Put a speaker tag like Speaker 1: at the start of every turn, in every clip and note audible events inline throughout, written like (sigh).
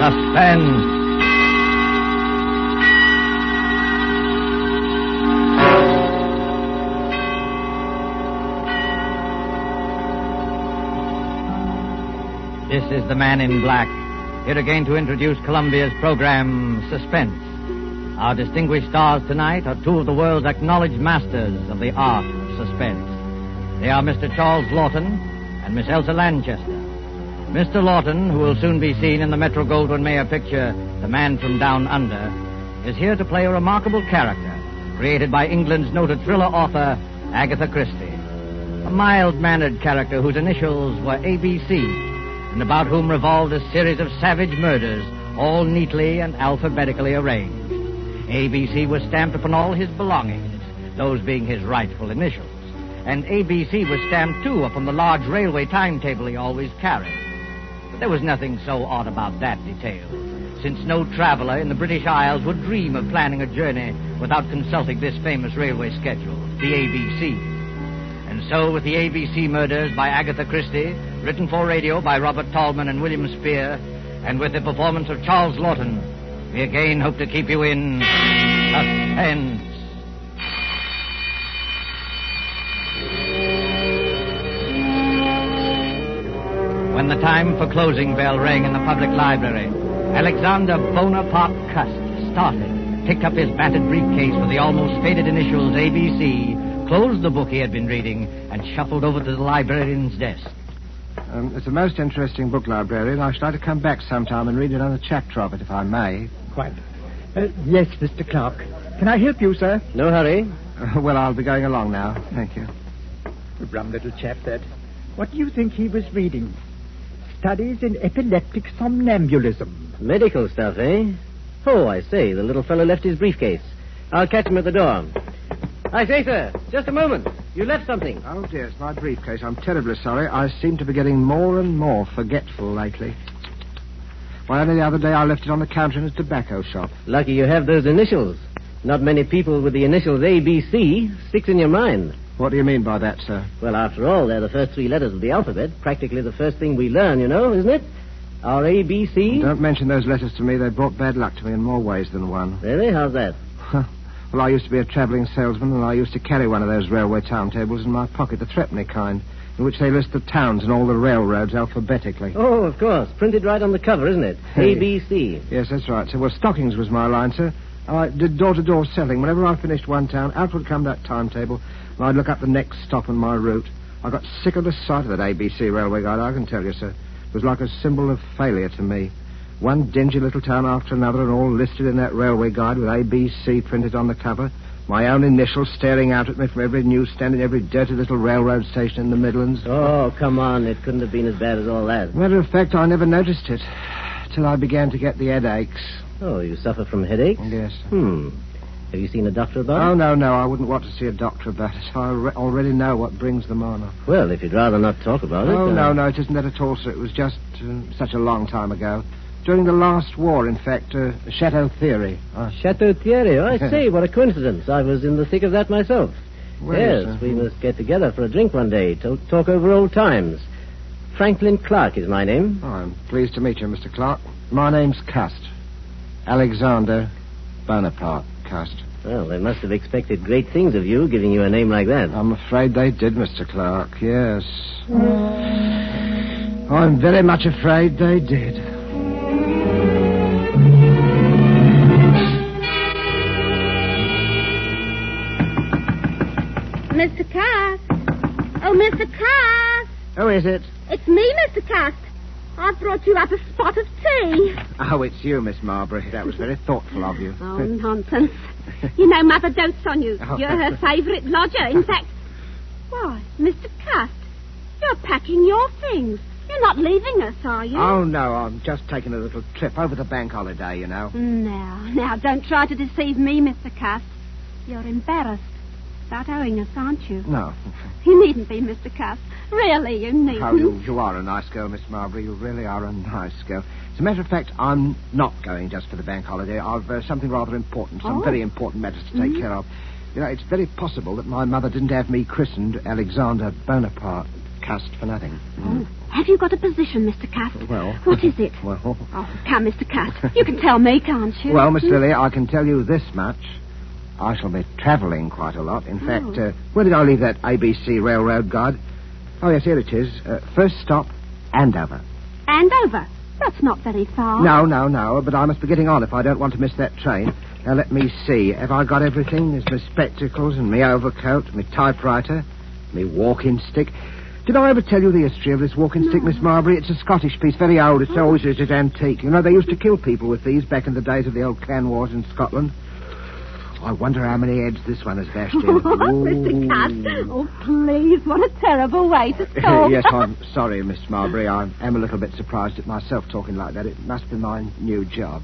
Speaker 1: and. This is the man in black, here again to introduce Columbia's program, Suspense. Our distinguished stars tonight are two of the world's acknowledged masters of the art of suspense. They are Mr. Charles Lawton and Miss Elsa Lanchester. Mr. Lawton, who will soon be seen in the Metro Goldwyn Mayer picture, The Man from Down Under, is here to play a remarkable character created by England's noted thriller author, Agatha Christie. A mild mannered character whose initials were ABC and about whom revolved a series of savage murders, all neatly and alphabetically arranged. ABC was stamped upon all his belongings, those being his rightful initials. And ABC was stamped, too, upon the large railway timetable he always carried. But there was nothing so odd about that detail, since no traveler in the British Isles would dream of planning a journey without consulting this famous railway schedule, the ABC. And so, with the ABC murders by Agatha Christie, written for radio by Robert Tallman and William Spear, and with the performance of Charles Lawton, we again hope to keep you in suspense. When the time for closing bell rang in the public library, Alexander Bonaparte Cust started, picked up his battered briefcase with the almost faded initials ABC, closed the book he had been reading, and shuffled over to the librarian's desk.
Speaker 2: Um, it's a most interesting book, librarian. I should like to come back sometime and read another chapter of it, if I may. (laughs)
Speaker 3: Quite. Uh, yes, Mr. Clark. Can I help you, sir?
Speaker 1: No hurry.
Speaker 2: Uh, well, I'll be going along now. Thank you.
Speaker 3: A rum little chap, that. What do you think he was reading? Studies in epileptic somnambulism.
Speaker 4: Medical stuff, eh? Oh, I say, the little fellow left his briefcase. I'll catch him at the door. I say, sir, just a moment. You left something.
Speaker 2: Oh, dear, it's my briefcase. I'm terribly sorry. I seem to be getting more and more forgetful lately. Why, only the other day I left it on the counter in a tobacco shop.
Speaker 4: Lucky you have those initials. Not many people with the initials ABC sticks in your mind.
Speaker 2: What do you mean by that, sir?
Speaker 4: Well, after all, they're the first three letters of the alphabet. Practically the first thing we learn, you know, isn't it? Our ABC.
Speaker 2: Don't mention those letters to me. They brought bad luck to me in more ways than one. (laughs)
Speaker 4: Really? How's that?
Speaker 2: Well, I used to be a travelling salesman, and I used to carry one of those railway timetables in my pocket, the threepenny kind, in which they list the towns and all the railroads alphabetically.
Speaker 4: Oh, of course. Printed right on the cover, isn't it?
Speaker 2: Hey.
Speaker 4: ABC.
Speaker 2: Yes, that's right, sir. Well, stockings was my line, sir. I did door-to-door selling. Whenever I finished one town, out would come that timetable, and I'd look up the next stop on my route. I got sick of the sight of that ABC railway guide, I can tell you, sir. It was like a symbol of failure to me. One dingy little town after another, and all listed in that railway guide with ABC printed on the cover. My own initials staring out at me from every newsstand and every dirty little railroad station in the Midlands.
Speaker 4: Oh, come on. It couldn't have been as bad as all that.
Speaker 2: Matter of fact, I never noticed it till I began to get the headaches.
Speaker 4: Oh, you suffer from headaches?
Speaker 2: Yes.
Speaker 4: Hmm. Have you seen a doctor about
Speaker 2: Oh,
Speaker 4: it?
Speaker 2: no, no, I wouldn't want to see a doctor about it. I re- already know what brings them on.
Speaker 4: Well, if you'd rather not talk about it.
Speaker 2: Oh,
Speaker 4: uh,
Speaker 2: no, no, it isn't that at all, sir. It was just uh, such a long time ago. During the last war, in fact, uh, Chateau Theory. Uh,
Speaker 4: Chateau Thierry.
Speaker 3: (laughs)
Speaker 4: I say, what a coincidence. I was in the thick of that myself.
Speaker 2: Well,
Speaker 4: yes,
Speaker 2: yes, uh,
Speaker 4: we
Speaker 3: hmm.
Speaker 4: must get together for a drink one day to talk over old times. Franklin Clark is my name.
Speaker 2: oh, I'm pleased to meet you, Mr. Clark. My name's Cust. Alexander Bonaparte Cust.
Speaker 4: Well, they must have expected great things of you, giving you a name like
Speaker 3: Oh,
Speaker 4: that.
Speaker 2: I'm afraid they did, Mr. Clark, yes. I'm very much afraid they did.
Speaker 5: Mr. Cass. Oh, Mr. Cass.
Speaker 2: Oh, is it?
Speaker 5: It's me, Mr. Cass. I've brought you up a spot of tea.
Speaker 2: Oh, it's you, Miss Marbury. That was very thoughtful of you.
Speaker 5: Oh, nonsense. You know Mother dotes on you.
Speaker 2: Oh.
Speaker 5: You're her favourite lodger. In fact, why, Mr. Cass, you're packing your things. You're not leaving us, are you?
Speaker 2: Oh, no, I'm just taking a little trip over the bank holiday, you know.
Speaker 5: Now, now, don't try to deceive me, Mr. Cass. You're embarrassed about owing us, aren't you?
Speaker 2: No.
Speaker 5: You needn't be, Mr. Cass. Really, you needn't.
Speaker 2: Oh, you, you are a nice girl, Miss Marbury. You really are a nice girl. As a matter of fact, I'm not going just for the bank holiday. I've uh, something rather important, some
Speaker 5: Oh. Mm-hmm.
Speaker 2: very important matters to take care of. You know, it's very possible that my mother didn't have me christened Alexander Bonaparte Cast for nothing.
Speaker 5: Oh, have you got a position, Mr. Cust?
Speaker 2: Well.
Speaker 5: What is it?
Speaker 2: (laughs) Well.
Speaker 5: Oh, come, Mr. Cust. You can tell me, can't you?
Speaker 2: Well, Miss
Speaker 5: Hmm?
Speaker 2: Lily, I can tell you this much. I shall be travelling quite a lot. In fact,
Speaker 5: Oh.
Speaker 2: uh, where did I leave that ABC railroad guide? Oh, yes, here it is. Uh, first stop, Andover.
Speaker 5: Andover. That's not very far. (laughs)
Speaker 2: No, no, no, but I must be getting on if I don't want to miss that train. Now, let me see. Have I got everything? There's my spectacles and my overcoat, my typewriter, my walking stick. Did I ever tell you the history of this walking stick, Miss Marbury? It's a Scottish piece, very old. It's always it's antique. You know, they used to kill people with these back in the days of the old clan wars in Scotland. I wonder how many heads this one has bashed
Speaker 5: (laughs)
Speaker 2: in.
Speaker 5: What, Mr. Cust? Oh, please, what a terrible
Speaker 2: (laughs)
Speaker 5: way to talk.
Speaker 2: yes, I'm sorry, Miss Marbury. I am a little bit surprised at myself talking like that. It must be my new job.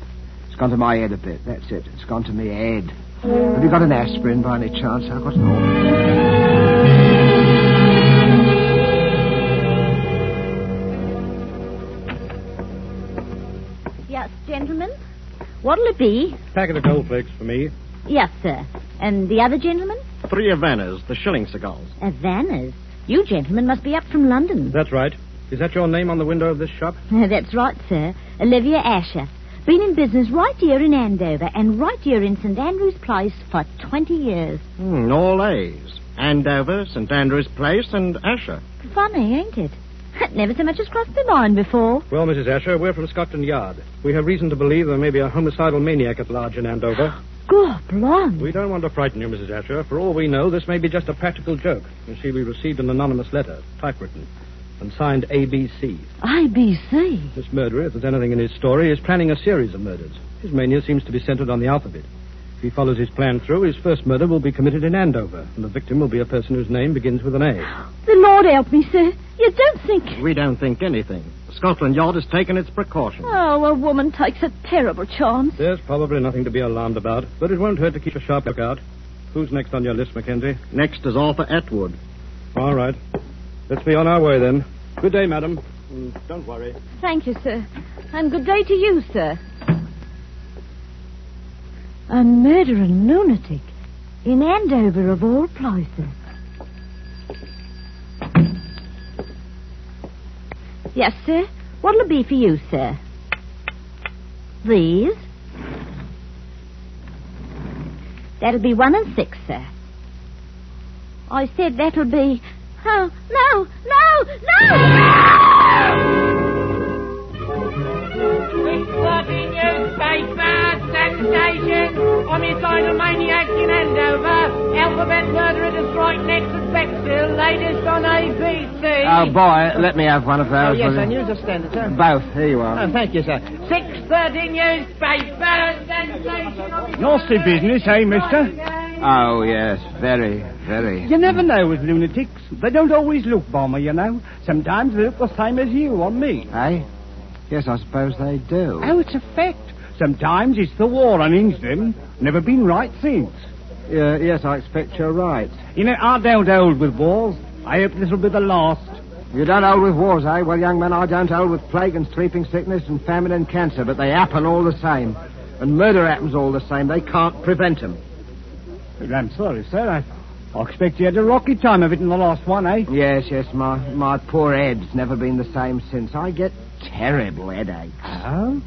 Speaker 2: It's gone to my head a bit. That's it. It's gone to me head. Have you got an aspirin by any chance? I've got an awful.
Speaker 6: Yes, gentlemen. What'll it be?
Speaker 3: Packet of gold flakes for me.
Speaker 6: Yes, sir. And the other gentleman?
Speaker 3: Three Havanas, the shilling cigars.
Speaker 6: Havana's. You gentlemen must be up from London. (laughs)
Speaker 3: That's right. Is that your name on the window of this shop?
Speaker 6: That's right, sir. Olivia Asher. Been in business right here in Andover and right here in St. Andrew's Place for 20 years.
Speaker 3: Hmm, all A's. Andover, St. Andrew's Place, and Asher.
Speaker 6: Funny, ain't it? (laughs) It never so much as crossed my mind before.
Speaker 3: Well, Mrs. Asher, we're from Scotland Yard. We have reason to believe there may be a homicidal maniac at large in Andover.
Speaker 6: Good blonde.
Speaker 3: We don't want to frighten you, Mrs. Asher. For all we know, this may be just a practical joke. You see, we received an anonymous letter, typewritten, and signed ABC.
Speaker 6: IBC.
Speaker 3: This murderer, if there's anything in his story, is planning a series of murders. His mania seems to be centered on the alphabet. If he follows his plan through, his first murder will be committed in Andover, and the victim will be a person whose name begins with an A.
Speaker 6: The Lord help me, sir. You don't think.
Speaker 3: We don't think anything. Scotland Yard has taken its precautions.
Speaker 6: Oh, a woman takes a terrible chance.
Speaker 3: There's probably nothing to be alarmed about, but it won't hurt to keep a sharp lookout. Who's next on your list, Mackenzie? Next is Arthur Atwood. All right. Let's be on our way then. Good day, madam. Mm, Don't worry.
Speaker 6: Thank you, sir. And good day to you, sir. A murdering lunatic. In Andover, of all places. Yes, sir. What'll it be for you, sir? These. That'll be one and six, sir. I said that'll be. Oh, no, no, no!
Speaker 7: Six thirty newspaper sensation. Homicidal maniac in Andover. Alphabet murderer destroyed next at Bexhill. Latest on ABC.
Speaker 2: Oh, boy, let me have one of those. will you?
Speaker 7: news of standard, sir.
Speaker 2: Both. Here you are.
Speaker 8: Oh,
Speaker 7: thank you, sir. Six thirty newspaper sensation. Homicidal
Speaker 8: Nasty business, eh, mister?
Speaker 7: maniac.
Speaker 2: Oh, yes. Very, very.
Speaker 8: You never know with lunatics. They don't always look bomber, you know. Sometimes they look the same as you on me.
Speaker 2: Eh? Yes, I suppose they do.
Speaker 8: Oh, it's a fact. Sometimes it's the war on them. Never been right since.
Speaker 2: Yeah, yes, I expect you're right.
Speaker 8: You know, I don't hold with wars. I hope this'll be the last.
Speaker 2: You don't hold with wars, eh? Well, young man, I don't hold with plague and sleeping sickness and famine and cancer, but they happen all the same. And murder happens all the same. They can't prevent 'em.
Speaker 8: Well, I'm sorry, sir. I, I expect you had a rocky time of it in the last one, eh?
Speaker 2: Yes, yes, my, my poor head's never been the same since. I get terrible headaches.
Speaker 8: Oh?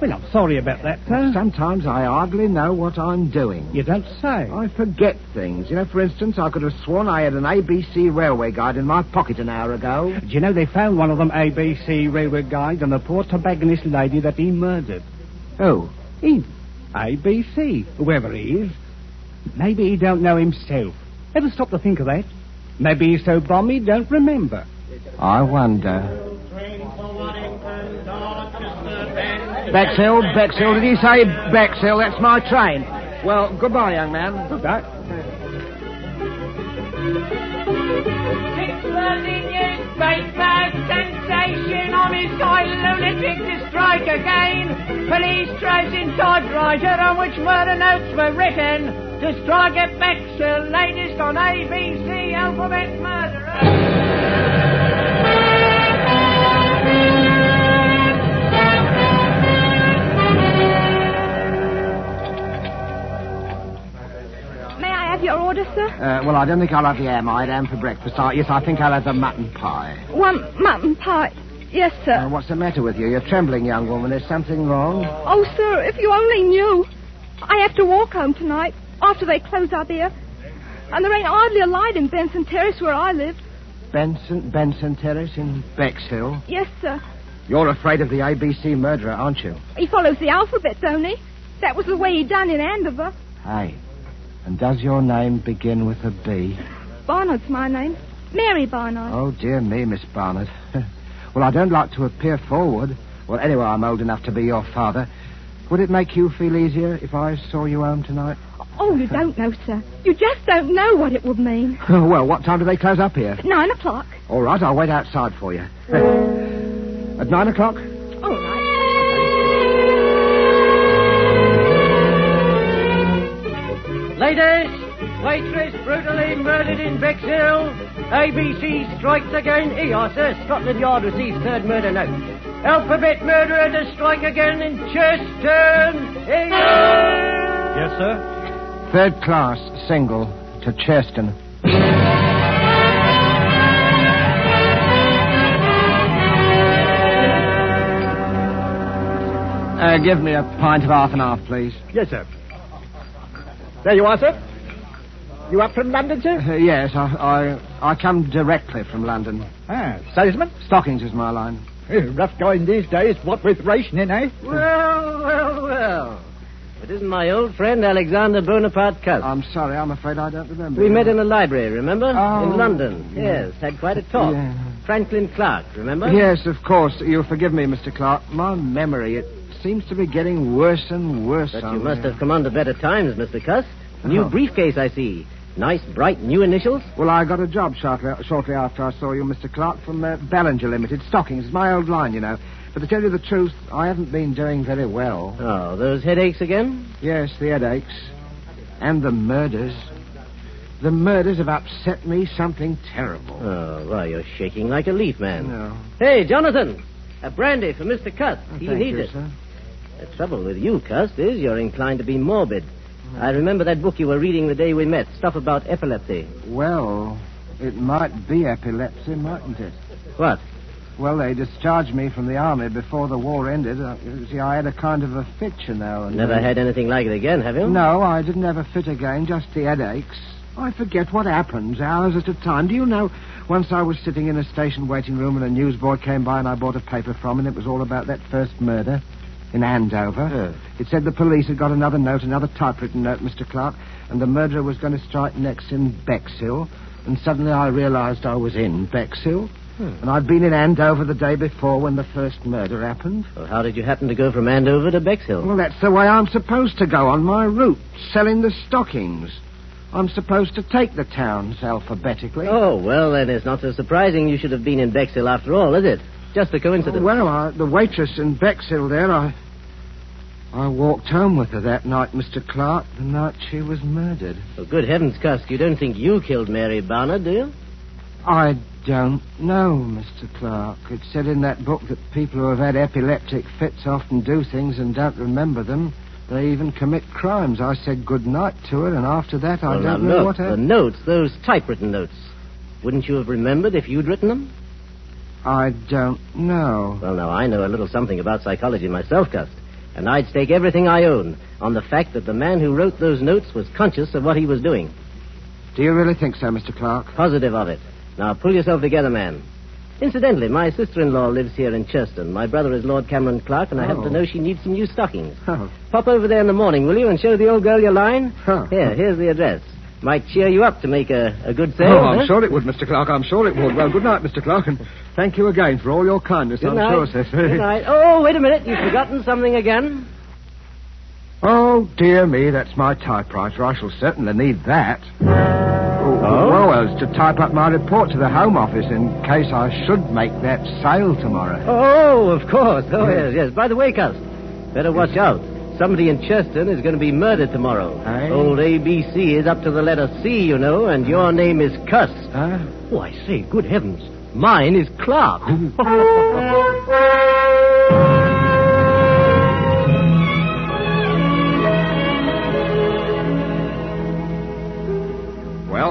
Speaker 8: Well, I'm sorry about that, sir.
Speaker 2: Sometimes I hardly know what I'm doing.
Speaker 8: You don't say.
Speaker 2: I forget things. You know, for instance, I could have sworn I had an ABC railway guide in my pocket an hour ago.
Speaker 8: Do you know they found one of them ABC railway guide and the poor tobacconist lady that he murdered?
Speaker 2: Oh,
Speaker 8: Him. ABC, whoever he is. Maybe he don't know himself. Ever stop to think of that? Maybe he's so bomb he don't remember.
Speaker 2: I wonder. Bexhill, Bexhill, did he say Bexhill? That's my train. Well, goodbye, young man.
Speaker 8: Goodbye.
Speaker 7: Six thirty newspaper sensation. Homicidal lunatic to strike again. Police tracing typewriter on which murder notes were written. To strike at Bexhill, latest on ABC Alphabet Murderer.
Speaker 5: May I have your order, sir?
Speaker 2: Uh, well, I don't think I'll have the ham I had ham for breakfast. I, yes, I think I'll have the mutton pie.
Speaker 5: One mutton pie. Yes,
Speaker 2: Uh, what's the matter with you? You're trembling, young woman. Is something wrong?
Speaker 5: Oh, sir, if you only knew. I have to walk home tonight after they close up here. And there ain't hardly a light in Benson Terrace where I live.
Speaker 2: Benson, Benson Terrace in Bexhill.
Speaker 5: Yes, sir.
Speaker 2: You're afraid of the ABC murderer, aren't you?
Speaker 5: He follows the alphabet, don't he? That was the way he done in Andover.
Speaker 2: Hey, and does your name begin with a B?
Speaker 5: Barnard's my name. Mary Barnard.
Speaker 2: Oh, dear me, Miss Barnard. (laughs) well, I don't like to appear forward. Well, anyway, I'm old enough to be your father. Would it make you feel easier if I saw you home tonight? (laughs)
Speaker 5: Oh, you don't know, sir. You just don't know what it would mean.
Speaker 2: well, what time do they close up here?
Speaker 5: Nine o'clock.
Speaker 2: All right, I'll wait outside for you. (laughs) At nine o'clock?
Speaker 5: All right.
Speaker 4: Ladies, waitress brutally murdered in Bexhill. ABC strikes again. ER, sir. Scotland Yard receives third murder note. Alphabet murderer to strike again in Churston. ER!
Speaker 9: Yes, sir?
Speaker 2: Third class, single, to Cheston. Uh, give me a pint of half and half, please.
Speaker 3: Yes, sir. There you are, sir. You up from London, sir?
Speaker 2: Uh, yes, I, I I come directly from London.
Speaker 3: Ah, salesman.
Speaker 2: Stockings is my line.
Speaker 3: Eh, Rough going these days, what with rationing, eh?
Speaker 4: Well, well, well. It isn't my old friend Alexander Bonaparte Cust.
Speaker 2: I'm sorry, I'm afraid I don't remember.
Speaker 4: We
Speaker 2: you.
Speaker 4: met in the library, remember?
Speaker 2: Oh,
Speaker 4: in London.
Speaker 2: yeah.
Speaker 4: Yes, had quite a talk.
Speaker 2: Yeah.
Speaker 4: Franklin Clark, remember?
Speaker 2: Yes, of course. You'll forgive me, Mr. Clark. My memory, it seems to be getting worse and worse.
Speaker 4: But you
Speaker 2: somehow.
Speaker 4: must have come under better times, Mr. Cust. New
Speaker 2: Oh.
Speaker 4: briefcase, I see. Nice, bright, new initials.
Speaker 2: Well, I got a job shortly, shortly after I saw you, Mr. Clark, from uh, Ballinger Limited. Stockings. It's my old line, you know. But to tell you the truth, I haven't been doing very well.
Speaker 4: Oh, those headaches again?
Speaker 2: Yes, the headaches. And the murders. The murders have upset me something terrible.
Speaker 4: Oh, well, you're shaking like a leaf, man.
Speaker 2: No.
Speaker 4: Hey, Jonathan! A brandy for Mr. Cust. he
Speaker 2: Oh, Thank
Speaker 4: needs
Speaker 2: you,
Speaker 4: it.
Speaker 2: sir.
Speaker 4: The trouble with you, Cust, is you're inclined to be morbid. I remember that book you were reading the day we met, stuff about epilepsy.
Speaker 2: Well, it might be epilepsy, mightn't it?
Speaker 4: What?
Speaker 2: Well, they discharged me from the army before the war ended. Uh, you see, I had a kind of a fit, you know. And
Speaker 4: Never had anything like it again, have you?
Speaker 2: Mm-hmm. No, I didn't have a fit again, just the headaches. I forget what happens, hours at a time. Do you know, once I was sitting in a station waiting room and a newsboy came by and I bought a paper from and it was all about that first murder in Andover. It said the police had got another note, another typewritten note, Mr. Clark, and the murderer was going to strike next in Bexhill. And suddenly I realized I was in Bexhill. And I'd been in Andover the day before when the first murder happened.
Speaker 4: Well, how did you happen to go from Andover to Bexhill?
Speaker 2: Well, that's the way I'm supposed to go on my route, selling the stockings. I'm supposed to take the towns alphabetically.
Speaker 4: Oh, well, then it's not so surprising you should have been in Bexhill after all, is it? Just a coincidence.
Speaker 2: well, I, the waitress in Bexhill there, I. I walked home with her that night, Mr. Clark, the night she was murdered.
Speaker 4: Oh, good heavens, Cusk, you don't think you killed Mary Barnard, do you?
Speaker 2: I don't know, Mr. Clark. It said in that book that people who have had epileptic fits often do things and don't remember them. They even commit crimes. I said good night to her, and after that, I
Speaker 4: well, now,
Speaker 2: don't know
Speaker 4: look,
Speaker 2: what
Speaker 4: the
Speaker 2: happened.
Speaker 4: notes, those typewritten notes. Wouldn't you have remembered if you'd written them?
Speaker 2: I don't know.
Speaker 4: Well, now, I know a little something about psychology myself, Cusk, and I'd stake everything I own on the fact that the man who wrote those notes was conscious of what he was doing.
Speaker 2: Do you really think so, Mr. Clark?
Speaker 4: Positive of it. Now, pull yourself together, man. Incidentally, my sister-in-law lives here in Churston. My brother is Lord Cameron Clark, and I happen to
Speaker 2: Oh.
Speaker 4: know she needs some new stockings.
Speaker 2: Oh,
Speaker 4: Pop over there in the morning, will you, and show the old girl your line?
Speaker 2: Huh.
Speaker 4: Here, here's the address. Might cheer you up to make a, a good sale.
Speaker 2: oh I'm
Speaker 4: huh?
Speaker 2: sure it would, Mr. Clark. I'm sure it would. Well, good night, Mr. Clark, and thank you again for all your kindness,
Speaker 4: Good
Speaker 2: I'm
Speaker 4: night.
Speaker 2: sure, sir.
Speaker 4: Good night. Oh, wait a minute. You've forgotten something again.
Speaker 2: (laughs) Oh, dear me, that's my typewriter. I shall certainly need that. Oh, well, it's to type up my report to the Home Office in case I should make that sale tomorrow.
Speaker 4: Oh, of course. Oh,
Speaker 2: Yes.
Speaker 4: yes, yes. By the way, Cus, better watch out. Somebody in Churston is going to be murdered tomorrow.
Speaker 2: Aye.
Speaker 4: Old ABC is up to the letter C, you know, and your name is Cuss.
Speaker 2: Huh?
Speaker 4: Oh, I say, good heavens. Mine is Clark.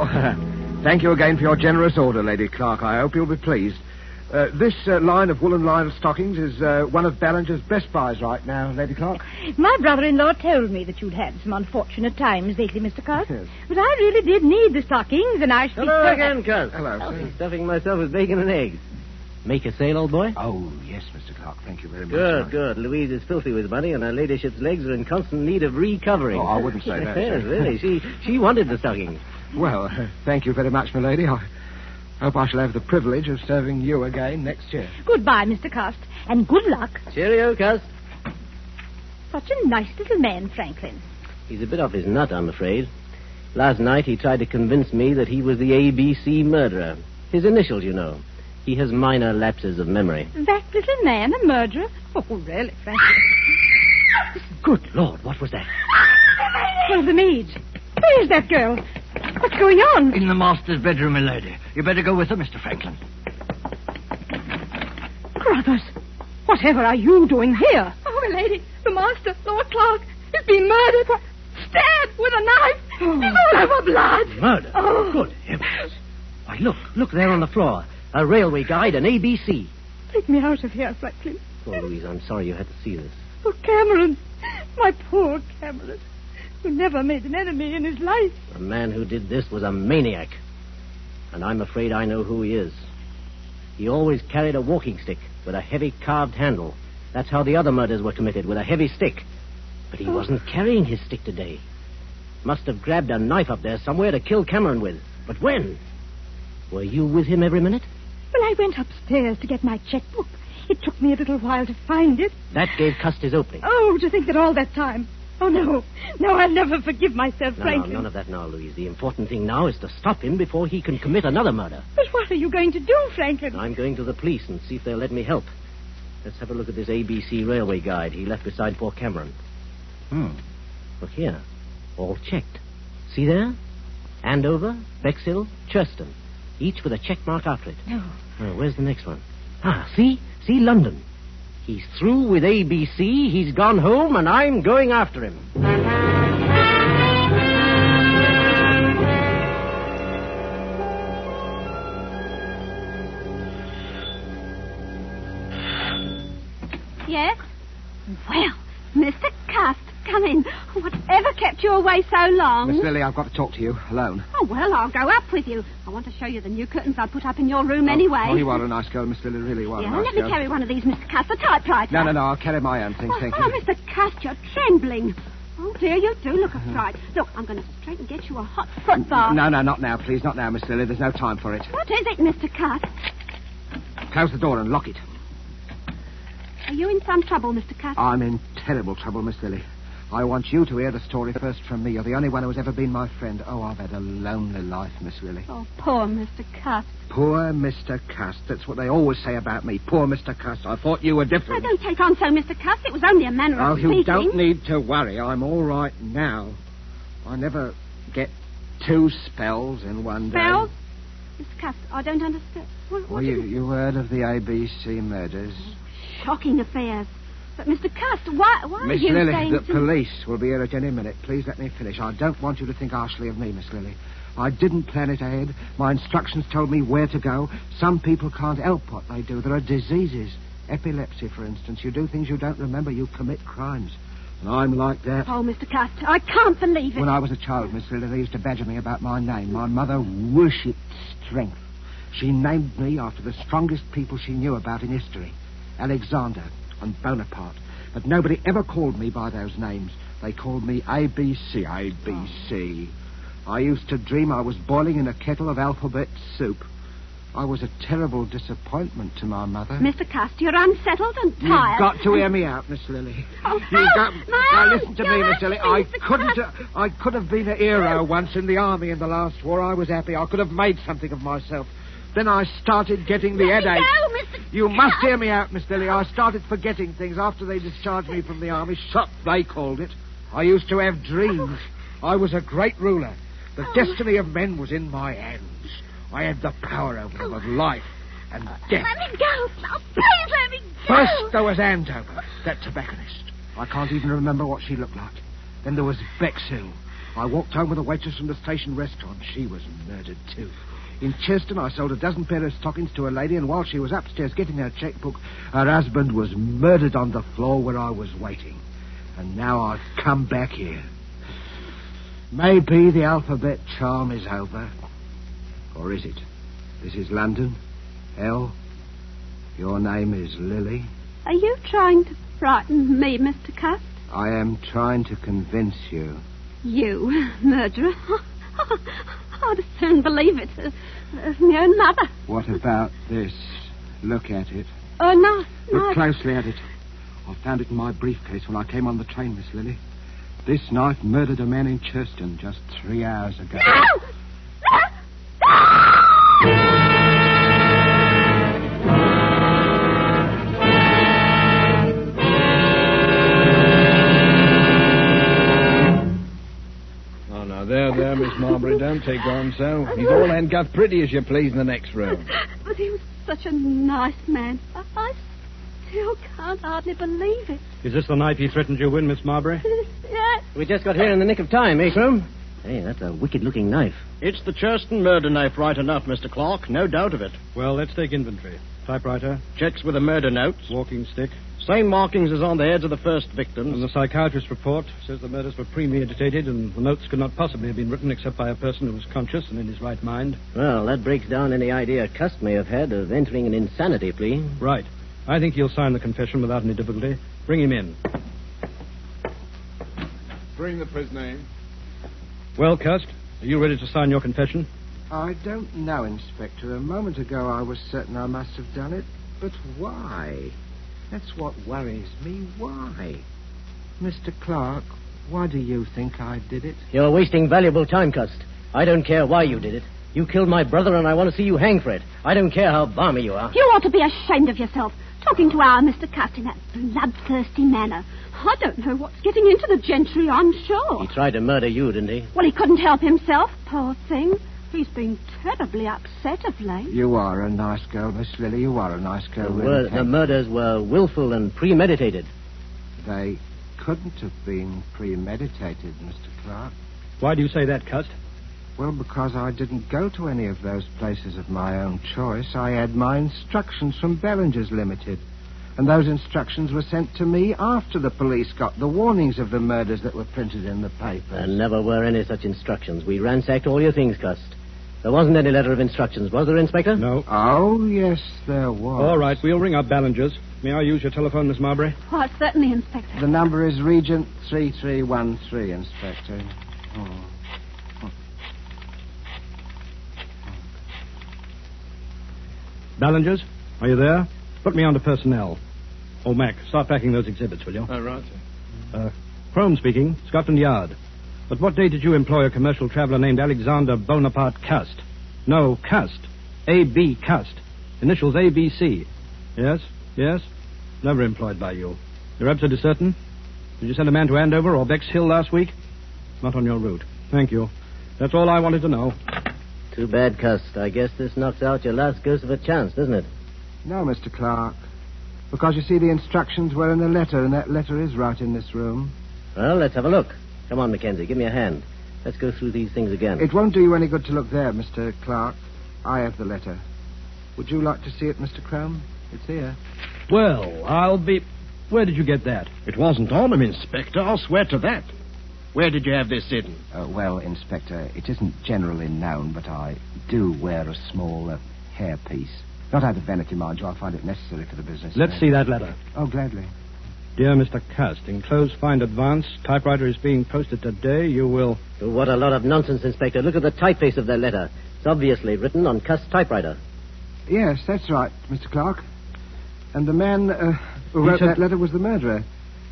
Speaker 2: (laughs) Thank you again for your generous order, Lady Clark. I hope you'll be pleased. Uh, this uh, line of woolen line of stockings is uh, one of Ballinger's best buys right now, Lady Clark.
Speaker 10: My brother-in-law told me that you'd had some unfortunate times lately, Mr. Clark.
Speaker 2: Yes.
Speaker 10: But I really did need the stockings, and I should...
Speaker 4: (laughs) Hello again, Cuz.
Speaker 2: Hello, sir.
Speaker 4: I've been stuffing myself with bacon and eggs. Make a sale, old boy? Ah.
Speaker 2: Oh, yes, Mr. Clark. Thank you very much.
Speaker 4: Good,
Speaker 2: Right.
Speaker 4: good. Louise is filthy with money, and her ladyship's legs are in constant need of recovering.
Speaker 2: Oh, I wouldn't say that,
Speaker 4: (laughs) yes,
Speaker 2: sir.
Speaker 4: really. She she wanted the stockings.
Speaker 2: Well, uh, thank you very much, my lady. I hope I shall have the privilege of serving you again next year.
Speaker 10: (laughs) Goodbye, Mr. Cast, and good luck.
Speaker 4: Cheerio, Cuz.
Speaker 10: Such a nice little man, Franklin.
Speaker 4: He's a bit off his nut, I'm afraid. Last night he tried to convince me that he was the ABC murderer. His initials, you know. He has minor lapses of memory.
Speaker 10: That little man, a murderer? Oh, really,
Speaker 5: (laughs)
Speaker 10: Franklin?
Speaker 4: Good Lord, what was that?
Speaker 10: Where's the maid? Where is that girl? What's going on?
Speaker 1: In the master's bedroom, milady. You better go with her, Mr. Franklin.
Speaker 10: Brothers, whatever are you doing here?
Speaker 5: Oh, milady, the master, Lord Clark, has been murdered. Stabbed with a knife.
Speaker 10: Oh.
Speaker 5: He's all over blood.
Speaker 4: Murder?
Speaker 5: Oh.
Speaker 4: Good heavens. Why, look, look there on the floor. A railway guide, an ABC.
Speaker 5: Take me out of here, Franklin.
Speaker 4: Oh, Louise, I'm sorry you had to see this.
Speaker 5: Oh, Cameron. My poor Cameron, who never made an enemy in his life.
Speaker 4: The man who did this was a maniac. And I'm afraid I know who he is. He always carried a walking stick with a heavy carved handle. That's how the other murders were committed, with a heavy stick. But he wasn't carrying his stick today. Must have grabbed a knife up there somewhere to kill Cameron with. But when? Were you with him every minute?
Speaker 10: Well, I went upstairs to get my checkbook. It took me a little while to find it.
Speaker 4: That gave Cust his opening.
Speaker 10: Oh, to think that all that time. Oh, no. No, I'll never forgive myself,
Speaker 4: No, no,
Speaker 10: Franklin.
Speaker 4: none of that now, Louise. The important thing now is to stop him before he can commit another murder.
Speaker 10: But what are you going to do, Franklin?
Speaker 4: I'm going to the police and see if they'll let me help. Let's have a look at this ABC railway guide he left beside poor Cameron. Hmm. Look here. All checked. See there? Andover, Bexhill, Churston. Each with a check mark after it.
Speaker 10: No.
Speaker 4: Oh, where's the next one? Ah, see? See London. He's through with ABC, he's gone home, and I'm going after him.
Speaker 5: Yes? Well, Mr. Cust, come in. Whatever kept you away so long?
Speaker 2: Miss Lily, I've got to talk to you alone.
Speaker 5: Oh, well, I'll go up with you. I want to show you the new curtains I put up in your room anyway.
Speaker 2: Oh, you are a nice girl, Miss Lily. Really, you are a
Speaker 5: yeah,
Speaker 2: nice
Speaker 5: let me
Speaker 2: girl.
Speaker 5: carry one of these, Mr. Cust, the typewriter.
Speaker 2: No, no, no. I'll carry my own things,
Speaker 5: Oh,
Speaker 2: thank
Speaker 5: oh,
Speaker 2: you.
Speaker 5: Mr. Cust, you're trembling. Oh, dear, you do look a fright. Look, I'm going to straight and get you a hot foot bath.
Speaker 2: No, no, not Uh-huh. now, please. Not now, Miss Lily. There's no time for it.
Speaker 5: What is it, Mr. Cust?
Speaker 2: Close the door and lock it.
Speaker 5: Are you in some trouble, Mr. Cust?
Speaker 2: I'm in terrible trouble, Miss Lily. I want you to hear the story first from me. You're the only one who has ever been my friend. Oh, I've had a lonely life, Miss Lily.
Speaker 5: Oh, poor Mr. Cust.
Speaker 2: Poor Mr. Cust. That's what they always say about me. Poor Mr. Cust. I thought you were
Speaker 5: Oh,
Speaker 2: different.
Speaker 5: don't take on so, Mr. Cust. It was only a manner
Speaker 2: Oh,
Speaker 5: of
Speaker 2: you
Speaker 5: speaking.
Speaker 2: don't need to worry. I'm all right now. I never get two spells in one day.
Speaker 5: Spells? Mr. Cust, I don't understand. What, what
Speaker 2: Well,
Speaker 5: do
Speaker 2: you,
Speaker 5: you-
Speaker 2: you heard of the ABC murders.
Speaker 5: Shocking affairs. But, Mr. Cust, why, why
Speaker 2: Miss
Speaker 5: are you
Speaker 2: Lily,
Speaker 5: saying
Speaker 2: the
Speaker 5: to...
Speaker 2: police will be here at any minute. Please let me finish. I don't want you to think harshly of me, Miss Lily. I didn't plan it ahead. My instructions told me where to go. Some people can't help what they do. There are diseases. Epilepsy, for instance. You do things you don't remember. You commit crimes. And I'm like that.
Speaker 5: Oh, Mr. Cust, I can't believe it.
Speaker 2: When I was a child, Miss Lily, they used to badger me about my name. My mother worshipped strength. She named me after the strongest people she knew about in history Alexander and Bonaparte. But nobody ever called me by those names. They called me ABC, ABC. I used to dream I was boiling in a kettle of alphabet soup. I was a terrible disappointment to my mother.
Speaker 5: Mr. Cust, you're unsettled and
Speaker 2: You've
Speaker 5: tired.
Speaker 2: got to hear me out, Miss Lily.
Speaker 5: Oh,
Speaker 2: You
Speaker 5: help!
Speaker 2: go-
Speaker 5: My
Speaker 2: now
Speaker 5: arm!
Speaker 2: listen to
Speaker 5: You're
Speaker 2: me, Miss
Speaker 5: hurting
Speaker 2: Lily.
Speaker 5: me,
Speaker 2: I
Speaker 5: Mr.
Speaker 2: couldn't.
Speaker 5: Clark.
Speaker 2: uh, I could have been a hero once in the army in the last war. I was happy. I could have made something of myself. Then I started getting the
Speaker 5: Let me
Speaker 2: headache.
Speaker 5: go, Mr.
Speaker 2: You must
Speaker 5: Clark.
Speaker 2: hear me out, Miss Lily. I started forgetting things after they discharged me from the army. Shot, they called it. I used to have dreams.
Speaker 5: Oh.
Speaker 2: I was a great ruler. The destiny of men was in my hands. I had the power over them of
Speaker 5: Oh.
Speaker 2: life and death.
Speaker 5: Let me go. Oh, please let me go.
Speaker 2: First there was Andover, that tobacconist. I can't even remember what she looked like. Then there was Bexhill, I walked home with a waitress from the station restaurant. She was murdered, too. In Cheston, I sold a dozen pair of stockings to a lady, and while she was upstairs getting her checkbook, her husband was murdered on the floor where I was waiting. And now I've come back here. Maybe the alphabet charm is over. Or is it? This is London. L. Your name is Lily.
Speaker 11: Are you trying to frighten me, Mr. Cuff?
Speaker 2: I am trying to convince you.
Speaker 11: You, murderer? I'd as soon believe it as as my own mother.
Speaker 2: What about this? Look at it.
Speaker 11: Oh, no, no.
Speaker 2: Look closely at it. I found it in my briefcase when I came on the train, Miss Lily. This knife murdered a man in Churston just three hours ago.
Speaker 12: Oh, no, there, there, Miss Marbury. Don't take on so. He's all handcuffed pretty as you please in the next room.
Speaker 11: But he was such a nice man. I, I still can't hardly believe it.
Speaker 3: Is this the knife he threatened you with, Miss Marbury?
Speaker 11: Yes.
Speaker 4: We just got here in the nick of time, eh, Shroom? Hey, that's a wicked looking knife.
Speaker 3: It's the Churston murder knife, right enough, Mr. Clark. No doubt of it. Well, let's take inventory. Typewriter. Checks with the murder notes. Walking stick. Same markings as on the heads of the first victims. And the psychiatrist's report says the murders were premeditated and the notes could not possibly have been written except by a person who was conscious and in his right mind.
Speaker 4: Well, that breaks down any idea Cuss may have had of entering an insanity plea.
Speaker 3: Right. I think he'll sign the confession without any difficulty. Bring him in.
Speaker 12: Bring the prisoner in.
Speaker 3: Well, Cust, are you ready to sign your confession?
Speaker 2: I don't know, Inspector. A moment ago I was certain I must have done it. But why? That's what worries me. Why? Mr. Clark, why do you think I did it?
Speaker 4: You're wasting valuable time, Cust. I don't care why you did it. You killed my brother, and I want to see you hang for it. I don't care how balmy you are.
Speaker 11: You ought to be ashamed of yourself, talking to our Mr. Cuss in that bloodthirsty manner. I don't know what's getting into the gentry, I'm sure.
Speaker 4: He tried to murder you, didn't he?
Speaker 11: Well, he couldn't help himself, poor thing. He's been terribly upset of late.
Speaker 2: You are a nice girl, Miss Lily. You are a nice girl.
Speaker 4: The,
Speaker 2: really.
Speaker 4: wor- the
Speaker 2: Thank-
Speaker 4: murders were willful and premeditated.
Speaker 2: They couldn't have been premeditated, Mr. Clark.
Speaker 3: Why do you say that, Cust?
Speaker 2: Well, because I didn't go to any of those places of my own choice. I had my instructions from Bellinger's Limited. And those instructions were sent to me after the police got the warnings of the murders that were printed in the paper.
Speaker 4: There never were any such instructions. We ransacked all your things, Cust. There wasn't any letter of instructions, was there, Inspector?
Speaker 3: No.
Speaker 2: Oh, yes, there was.
Speaker 3: All right, we'll ring up Ballinger's. May I use your telephone, Miss Marbury?
Speaker 11: Why, certainly, Inspector.
Speaker 2: The number is Regent 3313, Inspector. Oh.
Speaker 3: Ballinger's, are you there? Put me on to personnel. Oh, Mac, start packing those exhibits, will you?
Speaker 12: Oh, right, sir.
Speaker 3: Uh, Crone speaking, Scotland Yard. At what day did you employ a commercial traveler named Alexander Bonaparte Cust? No, Cust. A.B. Cust. Initials A.B.C. Yes, yes. Never employed by you. You're absolutely certain? Did you send a man to Andover or Bexhill last week? Not on your route. Thank you. That's all I wanted to know.
Speaker 4: Too bad, Cust. I guess this knocks out your last ghost of a chance, doesn't it?
Speaker 2: No, Mr. Clark. Because you see, the instructions were in the letter, and that letter is right in this room.
Speaker 4: Well, let's have a look. Come on, Mackenzie, give me a hand. Let's go through these things again.
Speaker 2: It won't do you any good to look there, Mr. Clark. I have the letter. Would you like to see it, Mr. Crome? It's here.
Speaker 3: Well, I'll be. Where did you get that?
Speaker 13: It wasn't on him, Inspector. I'll swear to that. Where did you have this hidden?
Speaker 2: Uh, well, Inspector, it isn't generally known, but I do wear a small uh, hairpiece. Not out of vanity, mind you. I find it necessary for the business.
Speaker 3: Let's see that letter.
Speaker 2: Oh, gladly.
Speaker 3: Dear Mr. Cust, enclosed find advance. Typewriter is being posted today. You will.
Speaker 4: Oh, What a lot of nonsense, Inspector. Look at the typeface of their letter. It's obviously written on Cust's typewriter.
Speaker 2: Yes, that's right, Mr. Clark. And the man uh, who
Speaker 4: He
Speaker 2: wrote
Speaker 4: said-
Speaker 2: that letter was the murderer.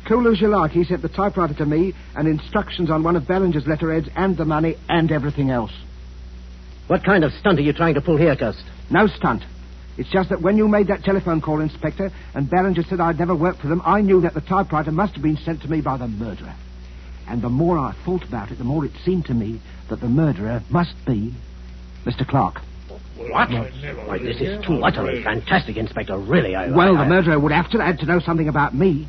Speaker 2: Cool as you like, he sent the typewriter to me and instructions on one of Bellinger's letterheads and the money and everything else.
Speaker 4: What kind of stunt are you trying to pull here, Cust?
Speaker 2: No stunt. It's just that when you made that telephone call, Inspector, and Bellinger said I'd never worked for them, I knew that the typewriter must have been sent to me by the murderer. And the more I thought about it, the more it seemed to me that the murderer must be Mr. Clark.
Speaker 4: What? Why, this is too utterly fantastic, Inspector. Really, I.
Speaker 2: well,
Speaker 4: I-
Speaker 2: the murderer would have to had to know something about me.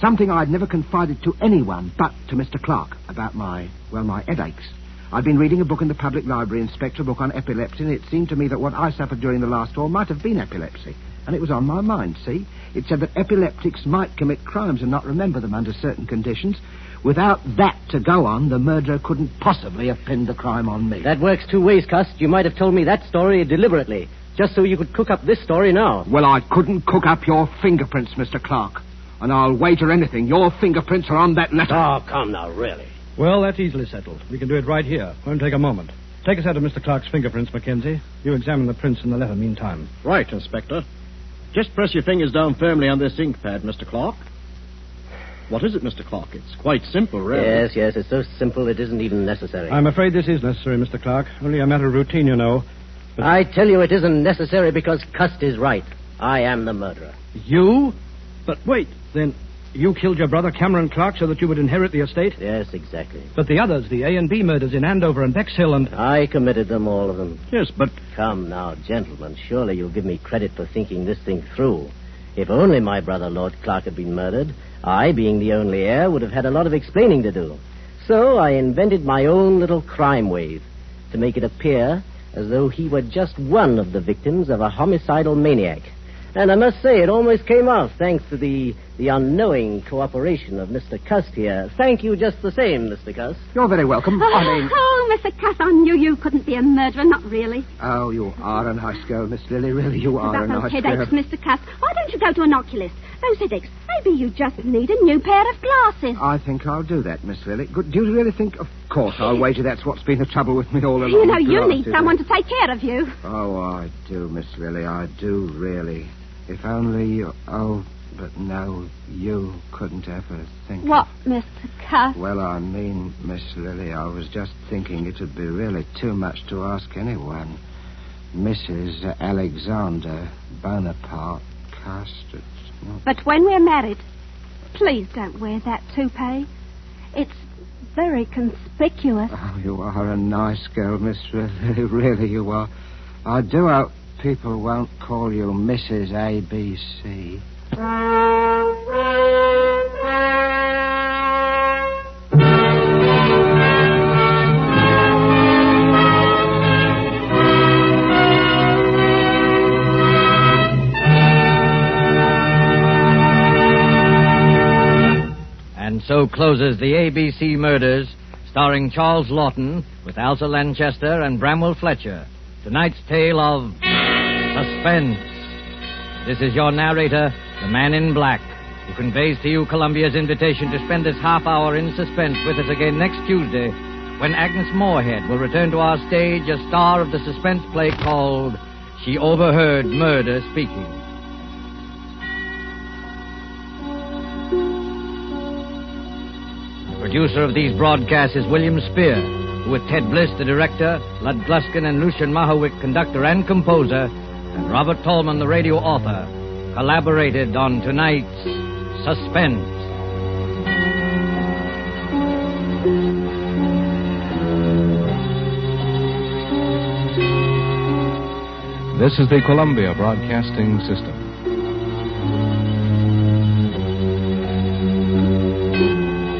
Speaker 2: Something I'd never confided to anyone but to Mr. Clark about my, well, my headaches. I'd been reading a book in the public library, Inspector, a book on epilepsy, and it seemed to me that what I suffered during the last war might have been epilepsy. And it was on my mind, see? It said that epileptics might commit crimes and not remember them under certain conditions. Without that to go on, the murderer couldn't possibly have pinned the crime on me.
Speaker 4: That works two ways, Cust. You might have told me that story deliberately, just so you could cook up this story now.
Speaker 2: Well, I couldn't cook up your fingerprints, Mr. Clark. And I'll wager anything your fingerprints are on that letter.
Speaker 13: Ah,
Speaker 4: Oh, come now, really.
Speaker 3: Well, that's easily settled. We can do it right here. Won't take a moment. Take us out of Mr. Clark's fingerprints, Mackenzie. You examine the prints in the letter meantime.
Speaker 13: Right, Inspector. Just press your fingers down firmly on this ink pad, Mr. Clark. What is it, Mr. Clark? It's quite simple, really.
Speaker 4: Yes, yes, it's so simple it isn't even necessary.
Speaker 3: I'm afraid this is necessary, Mr. Clark. Only a matter of routine, you know.
Speaker 4: I tell you it isn't necessary because Cust is right. I am the murderer.
Speaker 3: You? But wait, then you killed your brother Cameron Clark so that you would inherit the estate?
Speaker 4: Yes, exactly.
Speaker 3: But the others, the A and B murders in Andover and Bexhill and.
Speaker 4: I committed them, all of them.
Speaker 3: Yes, but.
Speaker 4: Come now, gentlemen, surely you'll give me credit for thinking this thing through. If only my brother Lord Clark had been murdered, I, being the only heir, would have had a lot of explaining to do. So I invented my own little crime wave to make it appear as though he were just one of the victims of a homicidal maniac. And I must say, it almost came off, thanks to the, the unknowing cooperation of Mr. Cust here. Thank you just the same, Mr. Cust.
Speaker 2: You're very welcome. (laughs) I mean.
Speaker 11: (laughs) Oh, Mr. Cuss, I knew you couldn't be a murderer, not really.
Speaker 2: Oh, you are a nice girl, Miss Lily. Really, you are a
Speaker 11: About those
Speaker 2: nice
Speaker 11: headaches,
Speaker 2: girl.
Speaker 11: Mr. Cuss. Why don't you go to an oculist? Those headaches. Maybe you just need a new pair of glasses.
Speaker 2: I think I'll do that, Miss Lily. Good. Do you really think? Of course, I'll wager that's what's been the trouble with me all along.
Speaker 11: you know, you need
Speaker 2: Glasses.
Speaker 11: someone to take care of you.
Speaker 2: Oh, I do, Miss Lily. I do really. If only you. Oh, but no, you couldn't ever think. of-
Speaker 11: What, Mr. Cuss?
Speaker 2: Well, I mean, Miss Lily, I was just thinking it would be really too much to ask anyone. Mrs. Alexander Bonaparte Custard.
Speaker 11: But when we're married, please don't wear that toupee. It's very conspicuous.
Speaker 2: Oh, you are a nice girl, Miss Lily. (laughs) Really, you are. I do hope people won't call you Mrs. ABC.
Speaker 1: And so closes the ABC Murders, starring Charles Lawton with Alta Lanchester and Bramwell Fletcher. Tonight's tale of suspense. This is your narrator, the man in black, who conveys to you Columbia's invitation to spend this half hour in suspense with us again next Tuesday when Agnes Moorehead will return to our stage a star of the suspense play called She Overheard Murder Speaking. Producer of these broadcasts is William Spear, who with Ted Bliss, the director, Lud Gluskin and Lucian Mahowick, conductor and composer, and Robert Tallman, the radio author, collaborated on tonight's Suspense.
Speaker 14: This is the Columbia Broadcasting System.